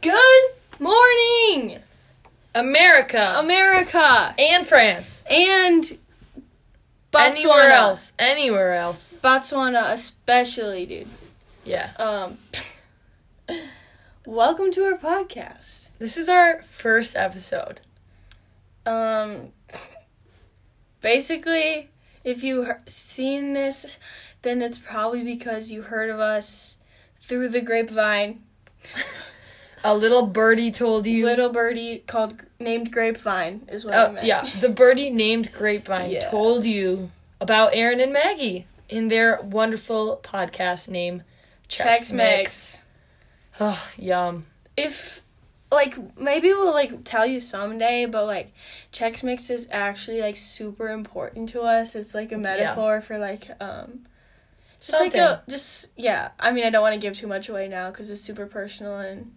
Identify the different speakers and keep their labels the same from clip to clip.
Speaker 1: Good morning,
Speaker 2: America
Speaker 1: America,
Speaker 2: and France.
Speaker 1: and
Speaker 2: Anywhere
Speaker 1: Botswana.
Speaker 2: else. Anywhere else.
Speaker 1: Botswana, especially, dude.
Speaker 2: Yeah.
Speaker 1: Um, welcome to our podcast.
Speaker 2: This is our first episode.
Speaker 1: Um, basically, if you he- seen this, then it's probably because you heard of us through the grapevine.
Speaker 2: A little birdie told you.
Speaker 1: Little birdie called named Grapevine is what I
Speaker 2: Oh,
Speaker 1: meant.
Speaker 2: yeah. The birdie named Grapevine
Speaker 1: Yeah.
Speaker 2: told you about Aaron and Maggie in their wonderful podcast name,
Speaker 1: Chex Mix.
Speaker 2: Oh, yum.
Speaker 1: if like maybe we'll like tell you someday but like Chex Mix is actually like super important to us. It's like a metaphor for like um just
Speaker 2: Something.
Speaker 1: like a just yeah. I mean I don't want to give too much away now cuz it's super personal and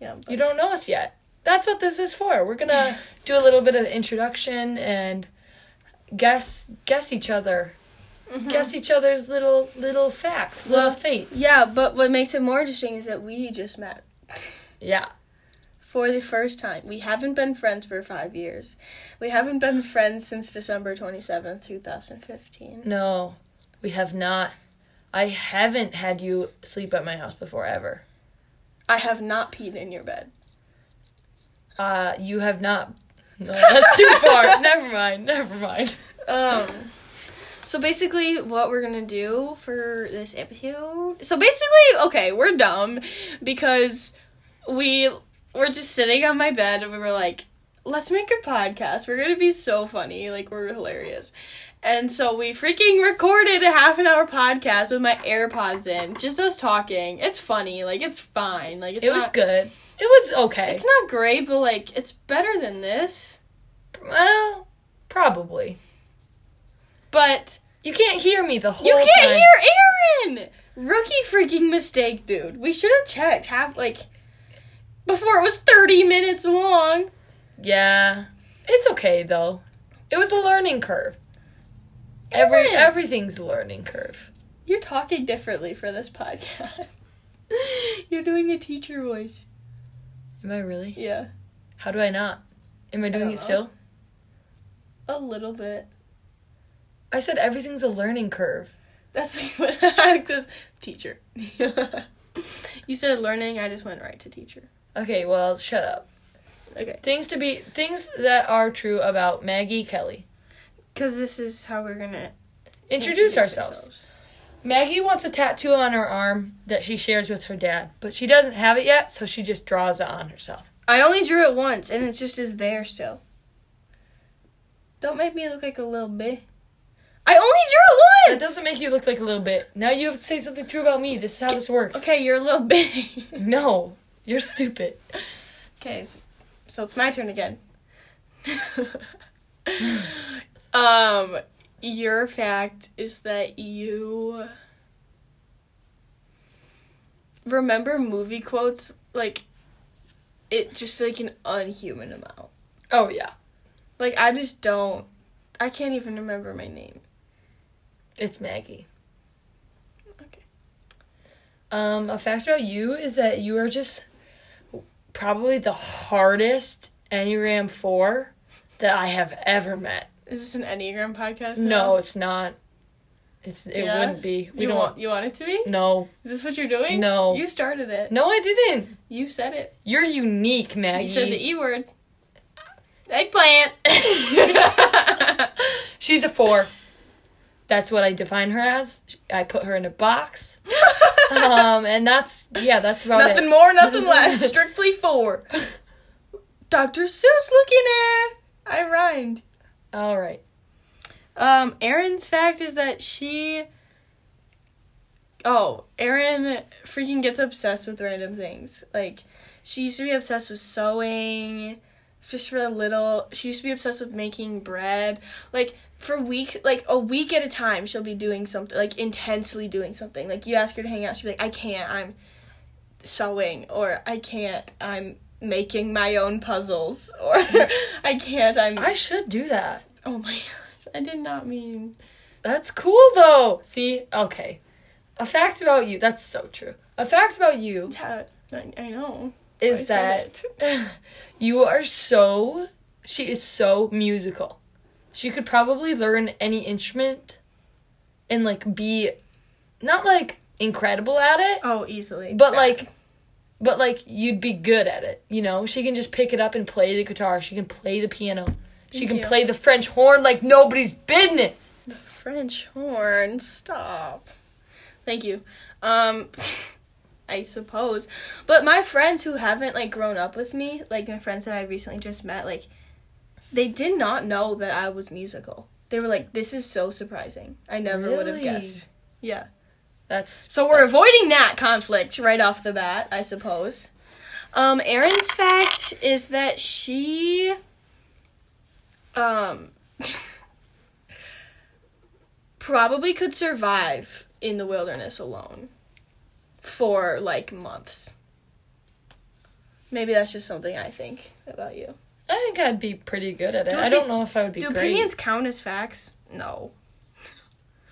Speaker 1: yeah. But
Speaker 2: you don't know us yet. That's what this is for. We're gonna do a little bit of introduction and guess guess each other, guess each other's little little facts, little
Speaker 1: Well,
Speaker 2: fates.
Speaker 1: yeah, but what makes it more interesting is that we just met
Speaker 2: yeah.
Speaker 1: for the first time. We haven't been friends for 5 years. We haven't been friends since December 27th, 2015.
Speaker 2: No, we have not. I haven't had you sleep at my house before ever.
Speaker 1: I have not peed in your bed.
Speaker 2: Uh, you have not. No, that's too far. never mind. Never mind.
Speaker 1: Um. So basically, what we're gonna do for this episode. So basically, okay, we're dumb because we were just sitting on my bed and we were like, "Let's make a podcast. We're gonna be so funny. Like we're hilarious." And so we freaking recorded a half an hour podcast with my AirPods in, just us talking. It's funny. Like it's fine. Like it's
Speaker 2: It
Speaker 1: not,
Speaker 2: was good. It was okay.
Speaker 1: It's not great, but like it's better than this.
Speaker 2: well, probably.
Speaker 1: But
Speaker 2: You can't hear me the whole
Speaker 1: You
Speaker 2: time.
Speaker 1: can't hear Aaron. Rookie freaking mistake, dude. We should have checked half like before it was thirty minutes long.
Speaker 2: Yeah. It's okay though. It was a learning curve. Every
Speaker 1: Aaron.
Speaker 2: everything's a learning curve.
Speaker 1: You're talking differently for this podcast. You're doing a teacher voice.
Speaker 2: Am I really?
Speaker 1: Yeah,
Speaker 2: How do I not? Am I doing
Speaker 1: don't
Speaker 2: it
Speaker 1: know.
Speaker 2: still?
Speaker 1: a little bit.
Speaker 2: I said everything's a learning curve.
Speaker 1: That's like what cause teacher. you said learning. I just went right to teacher.
Speaker 2: Okay, well, shut up.
Speaker 1: Okay,
Speaker 2: Things to be things that are true about Maggie Kelly.
Speaker 1: because this is how we're gonna
Speaker 2: Introduce, ourselves. Maggie wants a tattoo on her arm that she shares with her dad, but she doesn't have it yet, so she just draws it on herself.
Speaker 1: I only drew it once, and it just is there still. Don't make me look like a little bit. I only drew
Speaker 2: That
Speaker 1: it once.
Speaker 2: doesn't make you look like a little bit. Now you have to say something true about me. This is how this works.
Speaker 1: okay, you're a little bit.
Speaker 2: No, you're stupid.
Speaker 1: okay, s- so it's my turn again. um, your fact is that you remember movie quotes like it just like an unhuman amount.
Speaker 2: Oh yeah,
Speaker 1: Like I just don't. I can't even remember my name.
Speaker 2: it's Maggie.
Speaker 1: Okay.
Speaker 2: Um, a fact about you is that you are just probably the hardest Enneagram Four that I have ever met.
Speaker 1: Is this an Enneagram podcast? now?
Speaker 2: No, it's not. It's it
Speaker 1: Yeah?
Speaker 2: wouldn't be. We
Speaker 1: you
Speaker 2: don't.
Speaker 1: want you want it to be?
Speaker 2: no,
Speaker 1: Is this what you're doing?
Speaker 2: No.
Speaker 1: You started it.
Speaker 2: no, I didn't.
Speaker 1: You said it.
Speaker 2: You're unique, Maggie.
Speaker 1: You said the E word. Eggplant.
Speaker 2: She's a four. That's what I define her as. I put her in a box. um, and that's yeah, that's about it.
Speaker 1: nothing more, nothing less. Strictly four. Dr. Seuss looking at. I rhymed.
Speaker 2: All right.
Speaker 1: Um, Erin's fact is that she. Oh, Erin freaking gets obsessed with random things. Like, she used to be obsessed with sewing, just for a little. She used to be obsessed with making bread. Like, for week, like a week at a time, she'll be doing something, like intensely doing something. Like, you ask her to hang out, she'll be like, I can't, I'm sewing, or I can't, I'm making my own puzzles, or I can't, I'm.
Speaker 2: I should do that.
Speaker 1: oh my gosh, I did not mean.
Speaker 2: That's cool though. See, okay. A fact about you. That's so true. A fact about you
Speaker 1: Yeah, I, I know. I
Speaker 2: is
Speaker 1: said
Speaker 2: that you are so she is so musical. She could probably learn any instrument and like be not like incredible at it,
Speaker 1: Oh, easily.
Speaker 2: but
Speaker 1: Yeah.
Speaker 2: like but like you'd be good at it, you know? She can just pick it up and play the guitar. She can play the piano. She
Speaker 1: Thank
Speaker 2: can
Speaker 1: you.
Speaker 2: play the French horn like nobody's business.
Speaker 1: the French horn. Stop. Thank you. Um, I suppose. But my friends who haven't like grown up with me, like my friends that I recently just met, like they did not know that I was musical. They were like, "This is so surprising. I never would have
Speaker 2: Really?
Speaker 1: guessed." Yeah.
Speaker 2: That's
Speaker 1: So we're avoiding that conflict right off the bat, I suppose. Um, Erin's fact is that she, um, probably could survive in the wilderness alone for like months. Maybe that's just something I think about you.
Speaker 2: I think I'd be pretty good at it.
Speaker 1: Do
Speaker 2: I
Speaker 1: opi-
Speaker 2: don't know if I would be
Speaker 1: Do
Speaker 2: great.
Speaker 1: opinions count as facts? No.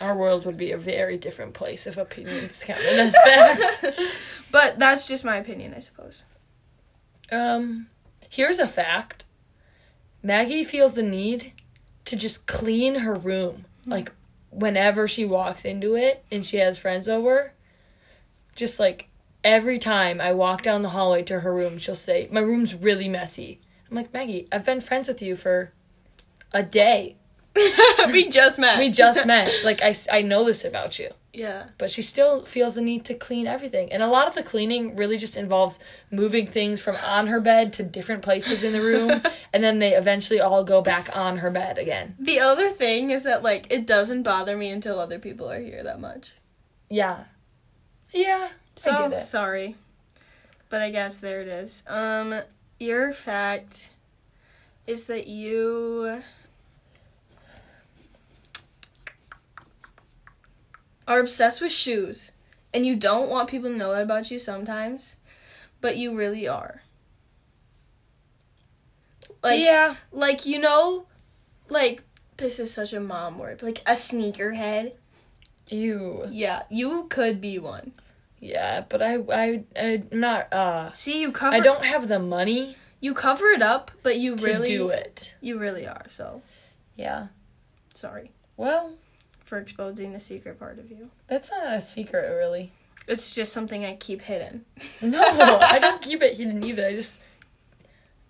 Speaker 2: Our world would be a very different place if opinions counted as facts.
Speaker 1: But that's just my opinion, I suppose.
Speaker 2: Um, here's a fact. Maggie feels the need to just clean her room.
Speaker 1: Hmm.
Speaker 2: Like whenever she walks into it and she has friends over, just like every time I walk down the hallway to her room, she'll say, "My room's really messy." I'm like, "Maggie, I've been friends with you for a day.
Speaker 1: we just met.
Speaker 2: We just met. Like I s- I know this about you."
Speaker 1: yeah.
Speaker 2: but she still feels the need to clean everything. And a lot of the cleaning really just involves moving things from on her bed to different places in the room, and then they eventually all go back on her bed again.
Speaker 1: The other thing is that like it doesn't bother me until other people are here that much.
Speaker 2: Yeah. Oh, Yeah.
Speaker 1: So
Speaker 2: I get it.
Speaker 1: sorry. But I guess there it is. Um your fact is that you are obsessed with shoes and you don't want people to know that about you sometimes, but you really are. Like
Speaker 2: yeah.
Speaker 1: like you know like this is such a mom word but, like a sneakerhead
Speaker 2: You.
Speaker 1: yeah you could be one
Speaker 2: Yeah, but I I I'm not uh
Speaker 1: see you cover
Speaker 2: I don't have the money
Speaker 1: you cover it up but you
Speaker 2: to
Speaker 1: really
Speaker 2: do it.
Speaker 1: you really are so
Speaker 2: Yeah.
Speaker 1: sorry
Speaker 2: Well,
Speaker 1: for exposing the secret part of you
Speaker 2: that's not a secret really.
Speaker 1: it's just something i keep hidden
Speaker 2: No, I don't keep it hidden either. I just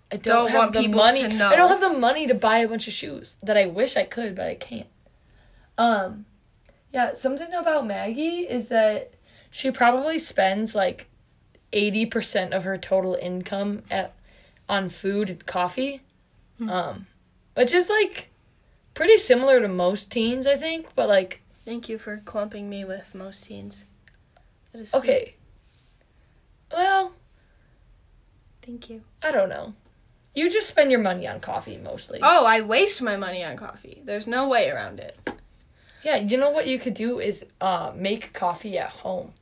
Speaker 2: I don't,
Speaker 1: Don't
Speaker 2: have
Speaker 1: want
Speaker 2: the
Speaker 1: people
Speaker 2: money.
Speaker 1: to know.
Speaker 2: I don't have the money to buy a bunch of shoes that I wish I could, but I can't. Um, yeah, something about Maggie is that she probably spends like eighty percent of her total income at on food and coffee,
Speaker 1: Hmm.
Speaker 2: um, which is like pretty similar to most teens, I think. But like,
Speaker 1: thank you for clumping me with most teens That is sweet.
Speaker 2: okay, well,
Speaker 1: thank you
Speaker 2: I don't know. You just spend your money on coffee mostly.
Speaker 1: oh i waste my money on coffee there's no way around it
Speaker 2: Yeah, you know what you could do is uh, make coffee at home.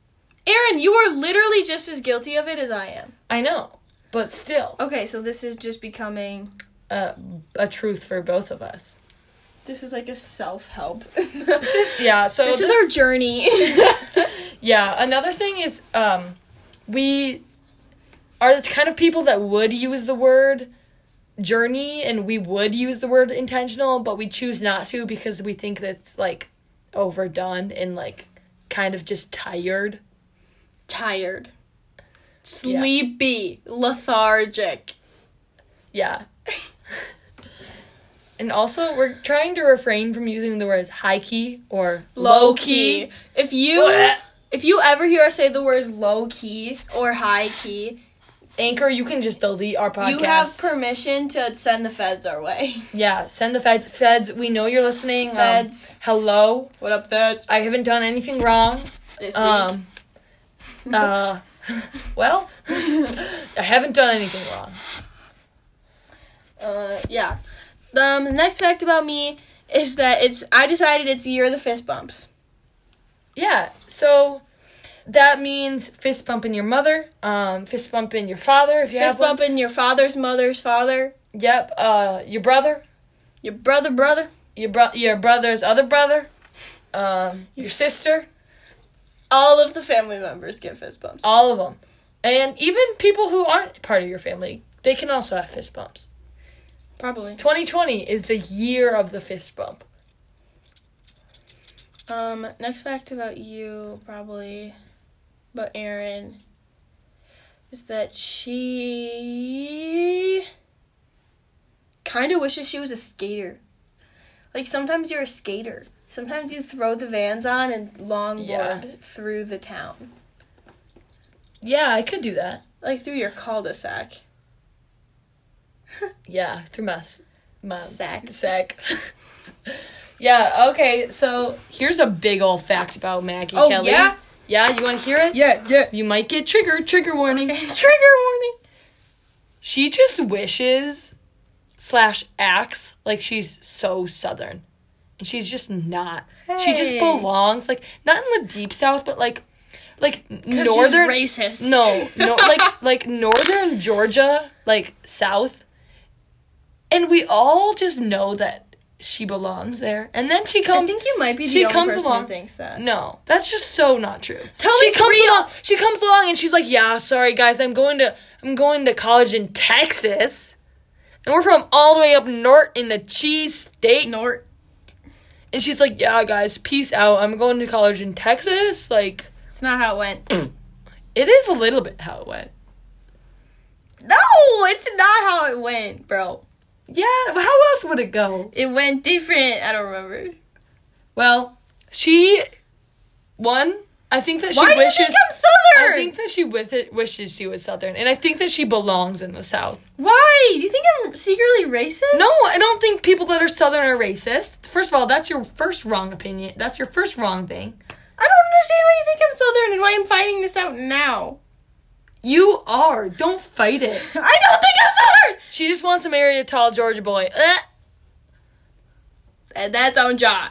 Speaker 1: aaron you are literally just as guilty of it as i am
Speaker 2: I know, but still,
Speaker 1: okay so this is just becoming
Speaker 2: uh, a truth for both of us.
Speaker 1: This is like a self help.
Speaker 2: Yeah, so
Speaker 1: this is our journey.
Speaker 2: yeah. Another thing is, um, we are the kind of people that would use the word journey, and we would use the word intentional, but we choose not to because we think that's like overdone and like kind of just tired.
Speaker 1: Tired, sleepy, lethargic.
Speaker 2: Yeah. and also, we're trying to refrain from using the words high key or
Speaker 1: Low key. If you
Speaker 2: Bleh.
Speaker 1: if you ever hear us say the word low key or high key,
Speaker 2: Anchor, you can just delete our podcast.
Speaker 1: you have permission to send the feds our way.
Speaker 2: yeah, send the feds. Feds, we know you're listening. Um,
Speaker 1: Feds.
Speaker 2: hello.
Speaker 1: What up, feds?
Speaker 2: I haven't done anything wrong.
Speaker 1: This week.
Speaker 2: Um, uh, well, I haven't done anything wrong.
Speaker 1: Uh, yeah. Um, the next fact about me is that it's I decided it's the year of the fist bumps.
Speaker 2: Yeah, so that means fist bumping your mother, um, fist bumping your father if you
Speaker 1: Fist
Speaker 2: have one.
Speaker 1: bumping your father's mother's father,
Speaker 2: Yep, uh, your brother,
Speaker 1: your brother brother,
Speaker 2: your bro- your brother's other brother, um, your sister,
Speaker 1: all of the family members get fist bumps.
Speaker 2: all of them. And even people who aren't part of your family, they can also have fist bumps.
Speaker 1: Probably.
Speaker 2: 2020 is the year of the fist bump.
Speaker 1: Um, next fact about you, probably, about Erin, is that she kind of wishes she was a skater. Like, sometimes you're a skater. Sometimes you throw the vans on and longboard
Speaker 2: Yeah.
Speaker 1: through the town.
Speaker 2: Yeah, I could do that.
Speaker 1: Like, through your cul-de-sac.
Speaker 2: Yeah, through my, s- my
Speaker 1: Sack.
Speaker 2: sack. yeah, okay, so here's a big old fact about Maggie
Speaker 1: Oh,
Speaker 2: Kelly.
Speaker 1: yeah?
Speaker 2: Yeah, you want to hear it?
Speaker 1: Yeah, yeah.
Speaker 2: You might get triggered, trigger warning.
Speaker 1: Trigger warning.
Speaker 2: She just wishes slash acts like she's so southern. And she's just not. She just
Speaker 1: Hey.
Speaker 2: belongs like not in the deep south, but like like
Speaker 1: Because she's
Speaker 2: northern
Speaker 1: racist.
Speaker 2: No, no like like northern Georgia, like south. And we all just know that she belongs there. And then she
Speaker 1: I
Speaker 2: comes
Speaker 1: think you might be the
Speaker 2: she
Speaker 1: only
Speaker 2: comes
Speaker 1: person
Speaker 2: along-
Speaker 1: who thinks that.
Speaker 2: no, that's just so not true.
Speaker 1: Tell
Speaker 2: she
Speaker 1: me
Speaker 2: comes
Speaker 1: three-
Speaker 2: along. She comes along and she's like, "Yeah, sorry guys, I'm going to I'm going to college in Texas, and we're from all the way up north in the cheese state."
Speaker 1: Nort.
Speaker 2: And she's like, "Yeah, guys, peace out. I'm going to college in Texas." Like,
Speaker 1: It's not how it went.
Speaker 2: it is a little bit how it went.
Speaker 1: No, it's not how it went, bro.
Speaker 2: Yeah, how else would it go?
Speaker 1: It went different. I don't remember.
Speaker 2: Well, she one. I think that she
Speaker 1: Why
Speaker 2: wishes.
Speaker 1: do you think I'm southern?
Speaker 2: I think that she with it wishes she was southern, and I think that she belongs in the south.
Speaker 1: Why? Do you think I'm secretly racist?
Speaker 2: No, I don't think people that are Southern are racist. First of all, that's your first wrong opinion. That's your first wrong thing.
Speaker 1: I don't understand why you think I'm southern and why I'm finding this out now.
Speaker 2: You are. Don't fight
Speaker 1: I
Speaker 2: it.
Speaker 1: don't think I'm southern.
Speaker 2: She just wants to marry a tall Georgia boy. Eh.
Speaker 1: And that's on Ja.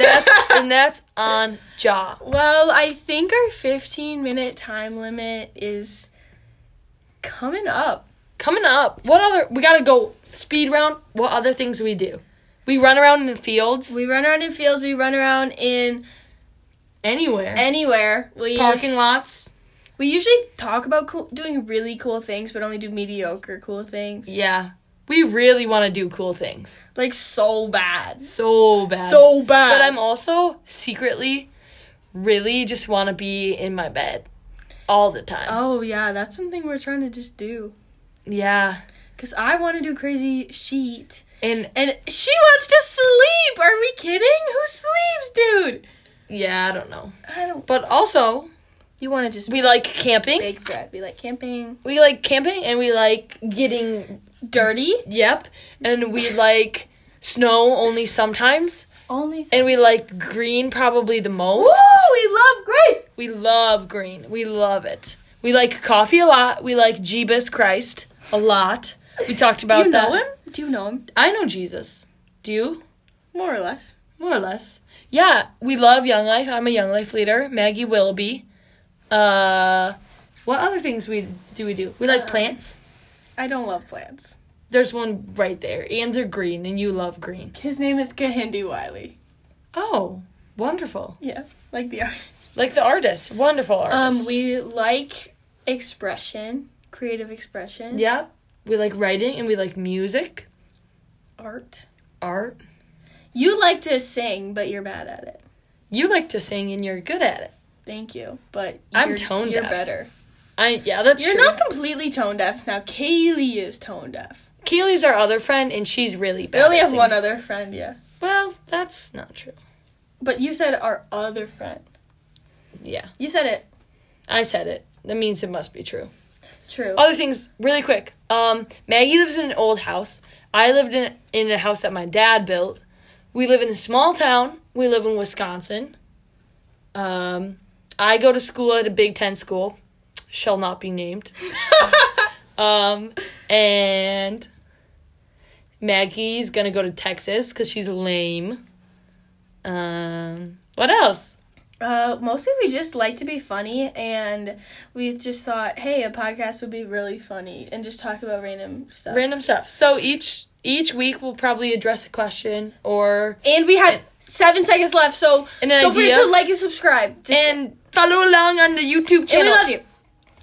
Speaker 2: that's and that's on jaw.
Speaker 1: well, I think our 15 minute time limit is coming up.
Speaker 2: Coming up, what other we gotta go speed round. What other things do we do? We run around in fields.
Speaker 1: We run around in fields. We run around in
Speaker 2: Anywhere.
Speaker 1: anywhere. We
Speaker 2: Parking lots.
Speaker 1: we usually talk about cool, doing really cool things, but only do mediocre cool things.
Speaker 2: Yeah. We really wanna do cool things.
Speaker 1: Like so bad.
Speaker 2: So bad.
Speaker 1: So bad.
Speaker 2: But I'm also secretly really just want to be in my bed all the time.
Speaker 1: Oh yeah, that's something we're trying to just do.
Speaker 2: Yeah.
Speaker 1: Cause I want to do crazy sheet,
Speaker 2: And
Speaker 1: and she wants to sleep. Are we kidding? Who sleeps, dude?
Speaker 2: yeah, I don't know.
Speaker 1: I don't.
Speaker 2: But also,
Speaker 1: You want to just
Speaker 2: we like camping.
Speaker 1: bake bread? We like camping.
Speaker 2: We like camping and we like getting
Speaker 1: Dirty
Speaker 2: yep and we like snow only sometimes
Speaker 1: only. s-
Speaker 2: and we like green probably the most.
Speaker 1: Woo! We love grape.
Speaker 2: We love green. We love it. We like coffee a lot. We like Jeebus Christ a lot. We talked
Speaker 1: Do
Speaker 2: about
Speaker 1: you know
Speaker 2: that.
Speaker 1: him? Do you know him?
Speaker 2: I know Jesus. Do you?
Speaker 1: More or less.
Speaker 2: More or less. Yeah, we love Young Life. I'm a Young Life leader. Maggie Willoughby. Uh, what other things we do we do? We
Speaker 1: Uh,
Speaker 2: like plants.
Speaker 1: I don't love plants.
Speaker 2: There's one right there. And they're green, and you love green.
Speaker 1: His name is Kahindi Wiley.
Speaker 2: Oh, wonderful!
Speaker 1: Yeah, like the artist.
Speaker 2: Like the artist, wonderful artist.
Speaker 1: Um, we like expression, creative expression,
Speaker 2: yeah, we like writing, and we like music,
Speaker 1: art.
Speaker 2: art.
Speaker 1: You like to sing, but you're bad at it.
Speaker 2: You like to sing, and you're good at it.
Speaker 1: Thank you, but
Speaker 2: I'm
Speaker 1: you're-
Speaker 2: tone
Speaker 1: You're
Speaker 2: deaf.
Speaker 1: better.
Speaker 2: I yeah, that's
Speaker 1: You're
Speaker 2: true.
Speaker 1: not completely tone deaf now. Kaylee is tone deaf.
Speaker 2: Keely's our other friend, and she's really bad.
Speaker 1: We only
Speaker 2: at
Speaker 1: have
Speaker 2: singing.
Speaker 1: one other friend, yeah.
Speaker 2: Well, that's not true.
Speaker 1: But you said our other friend.
Speaker 2: Yeah,
Speaker 1: You said it.
Speaker 2: I said it. That means it must be true.
Speaker 1: True.
Speaker 2: other things really quick um maggie lives in an old house i lived in in a house that my dad built we live in a small town we live in wisconsin um i go to school at a big ten school shall not be named um and maggie's gonna go to texas because she's lame um what else
Speaker 1: Uh, mostly we just like to be funny, and we just thought, hey, a podcast would be really funny, and just talk about random stuff.
Speaker 2: random stuff so each each week we'll probably address a question or
Speaker 1: and we had seven seconds left, so
Speaker 2: An
Speaker 1: don't
Speaker 2: idea.
Speaker 1: forget to like and subscribe. Just,
Speaker 2: and follow along on the YouTube
Speaker 1: and
Speaker 2: channel.
Speaker 1: we love you.